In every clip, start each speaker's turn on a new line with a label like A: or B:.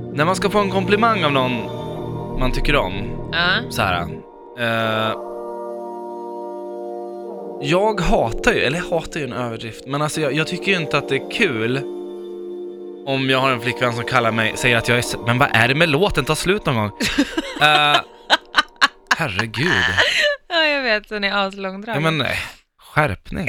A: När man ska få en komplimang av någon man tycker om,
B: Ja.
A: så här. eh, jag hatar ju, eller hatar ju en överdrift, men alltså jag, jag tycker ju inte att det är kul om jag har en flickvän som kallar mig, säger att jag är s- men vad är det med låten, ta slut någon gång. Eh, herregud.
B: ja, jag vet. Den är aslångdragen.
A: Ja men nej, skärpning.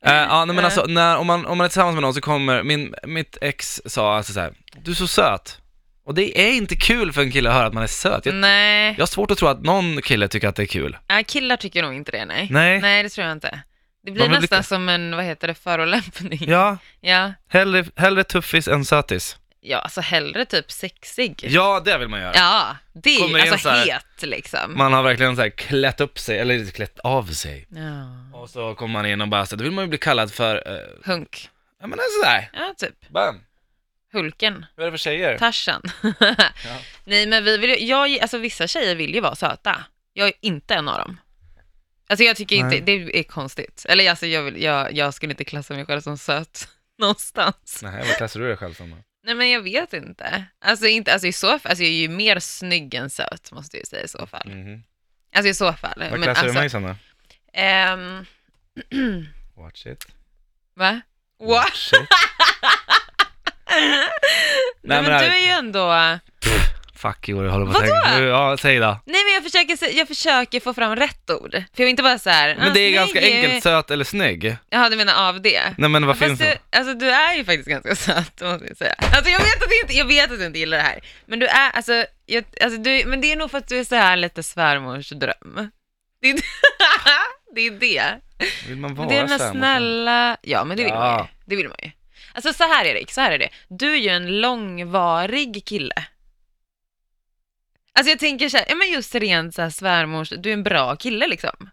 A: Eh, ja nej, men alltså, när, om, man, om man är tillsammans med någon så kommer, min, mitt ex sa alltså så här, du är så söt. Och det är inte kul för en kille att höra att man är söt. Jag,
B: Nej.
A: jag har svårt att tro att någon kille tycker att det är kul.
B: Ja, killar tycker nog inte det, nej.
A: Nej.
B: det tror jag inte. Det
A: Man
B: blir
A: blir
B: nästan
A: lite-
B: som en, vad heter det, förolämpning. Ja.
A: Ja,
B: ja.
A: hellre, hellre tuffis än sötis.
B: alltså hellre typ sexig.
A: Ja, det vill man göra.
B: Ja, det är ju
A: Kommer in
B: alltså
A: så här.
B: het liksom.
A: Man har verkligen så här klätt upp sig, eller klätt av sig.
B: Ja.
A: Och så kommer man in och bara så, då vill man ju bli kallad för, eh,
B: Hunk.
A: ja men alltså där,
B: Ja, typ.
A: bam,
B: Hulken.
A: vad är det för tjejer?
B: Tarzan. Nej, men vi vill ju, jag, alltså vissa tjejer vill ju vara söta. Jag är inte en av dem. Alltså jag tycker inte, det är konstigt. Eller alltså jag, vill, jag, jag skulle inte klassa mig själv som söt någonstans.
A: Nej, vad klassar du dig själv som då?
B: Nej men jag vet inte. Alltså, inte, alltså, i så fall, alltså jag är ju mer snygg än söt måste jag ju säga i så fall.
A: Mhm.
B: Alltså i så fall.
A: Vad
B: men,
A: klassar
B: alltså,
A: du mig som då?
B: ehm,
A: Watch it.
B: va?
A: Mm. Oh,
B: What? Nej,
A: men
B: men du
A: här-
B: är ju ändå...
A: Fuck you, jag håller på att
B: Vadå?
A: tänka. Nu, Ja, säg då.
B: Nej men jag försöker, se- jag försöker få fram rätt ord. För jag vill inte bara så här... "Ah,
A: Men det är ganska
B: snygg.
A: enkelt, söt eller snygg.
B: Jaha du menar av det?
A: Nej men vad
B: Fast
A: finns
B: du,
A: det?
B: alltså, du är ju faktiskt ganska söt måste jag säga. Alltså jag vet att du inte, jag vet att du inte gillar det här. Men du är, alltså, jag, alltså du, men det är nog för att du är så här lite svärmors dröm. Det är det. är det.
A: Vill man vara liksom?
B: Men det är den här
A: svärmor?
B: snälla, ja men det vill man ju.
A: Ja.
B: Det vill man ju. Alltså så här Erik, så här är det. Du är ju en långvarig kille. Alltså jag tänker så här, ja men just rent så här svärmors, du är en bra kille liksom.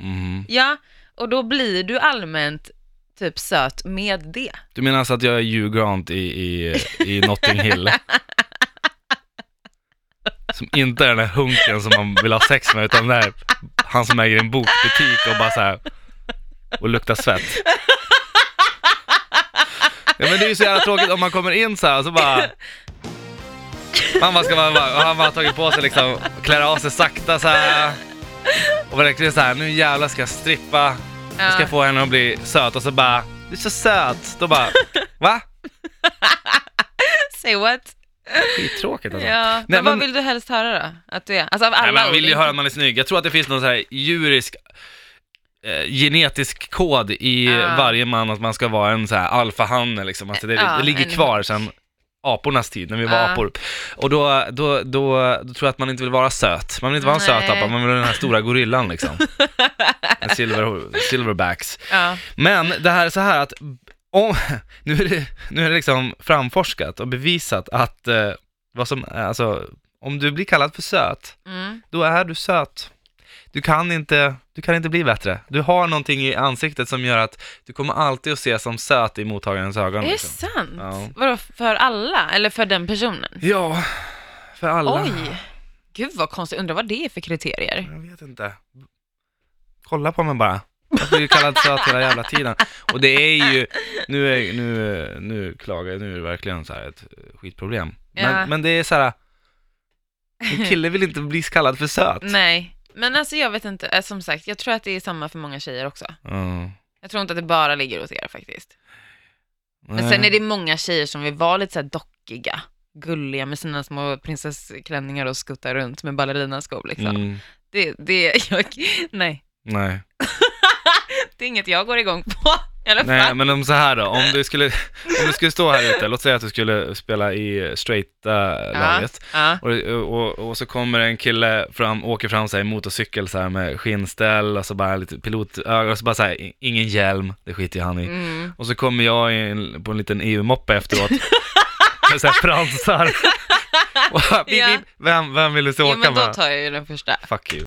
A: Mhm.
B: Ja, och då blir du allmänt typ söt med det.
A: Du menar alltså att jag är Hugh Grant i, i, i Notting Hill? Som inte är den där hunken som man vill ha sex med, utan det är han som äger en bokbutik och bara så här och luktar svett. Ja men det är ju så jävla tråkigt om man kommer in så här och så bara Man bara ska bara, bara och han bara har tagit på sig liksom, klär av sig sakta så här Och verkligen så här, nu jävlar ska jag strippa, nu ska jag få henne att bli söt och så bara Du är så söt, då bara va?
B: Say what?
A: Skittråkigt alltså.
B: Ja,
A: men-
B: men, vad vill du helst höra då? Att du är? Alltså av alla
A: Nej, man
B: ord,
A: vill ju
B: inte-
A: höra att man är snygg. Jag tror att det finns någon så här djurisk eh, genetisk kod i
B: Ja.
A: varje man att man ska vara en så här alfahanne liksom. Alltså det,
B: Ja,
A: det ligger
B: en-
A: kvar sedan apornas tid, när vi var
B: Ja.
A: apor. Och då, då, då, då tror jag att man inte vill vara söt. Man vill inte vara en söt
B: Nej.
A: apa, man vill vara den här stora gorillan liksom. En silver, silverbacks.
B: Ja,
A: Men det här är så här att, om, nu, är det, nu är det liksom framforskat och bevisat att eh, vad som, alltså, om du blir kallad för söt,
B: mm.
A: då är du söt. Du kan, inte, du kan inte bli bättre. Du har någonting i ansiktet som gör att du kommer alltid att ses som söt i mottagarens ögon.
B: Är det
A: liksom.
B: sant?
A: Ja.
B: Vadå, för alla? Eller för den personen?
A: Ja, för alla.
B: Oj! Gud vad konstigt, undrar vad det är för kriterier?
A: Jag vet inte. Kolla på mig bara. Jag blir ju kallad söt hela jävla tiden. Och det är ju, nu, är, nu, nu klagar jag, nu är det verkligen så här ett skitproblem. Men,
B: Ja.
A: men det är så här, en kille vill inte bli kallad för söt.
B: Nej, men alltså jag vet inte, Eh, som sagt, jag tror att det är samma för många tjejer också.
A: Ja.
B: Jag tror inte att det bara ligger hos er faktiskt. Men
A: Nej.
B: sen är det många tjejer som vill vara lite så här dockiga, gulliga med sina små prinsessklänningar och skutta runt med ballerinaskor liksom.
A: Mm,
B: Det, det, jag, nej,
A: nej.
B: det är inget jag går igång på i alla fall.
A: Nej, men om så här då, om du skulle, om du skulle stå här ute, låt säga att du skulle spela i straighta laget,
B: Ja,
A: och, och, och så kommer en kille fram, åker fram sig motorcykel så här med skinnställ och så bara lite pilotögon och så bara så här, i- ingen hjälm, det skiter ju han i.
B: ja. Mm.
A: Och så kommer jag in på en liten EU-moppe efteråt, med så här fransar. Och, bip,
B: Ja.
A: bip, vem, vem vill du
B: Jo
A: åka
B: men då
A: med?
B: tar jag ju den första.
A: Fuck you.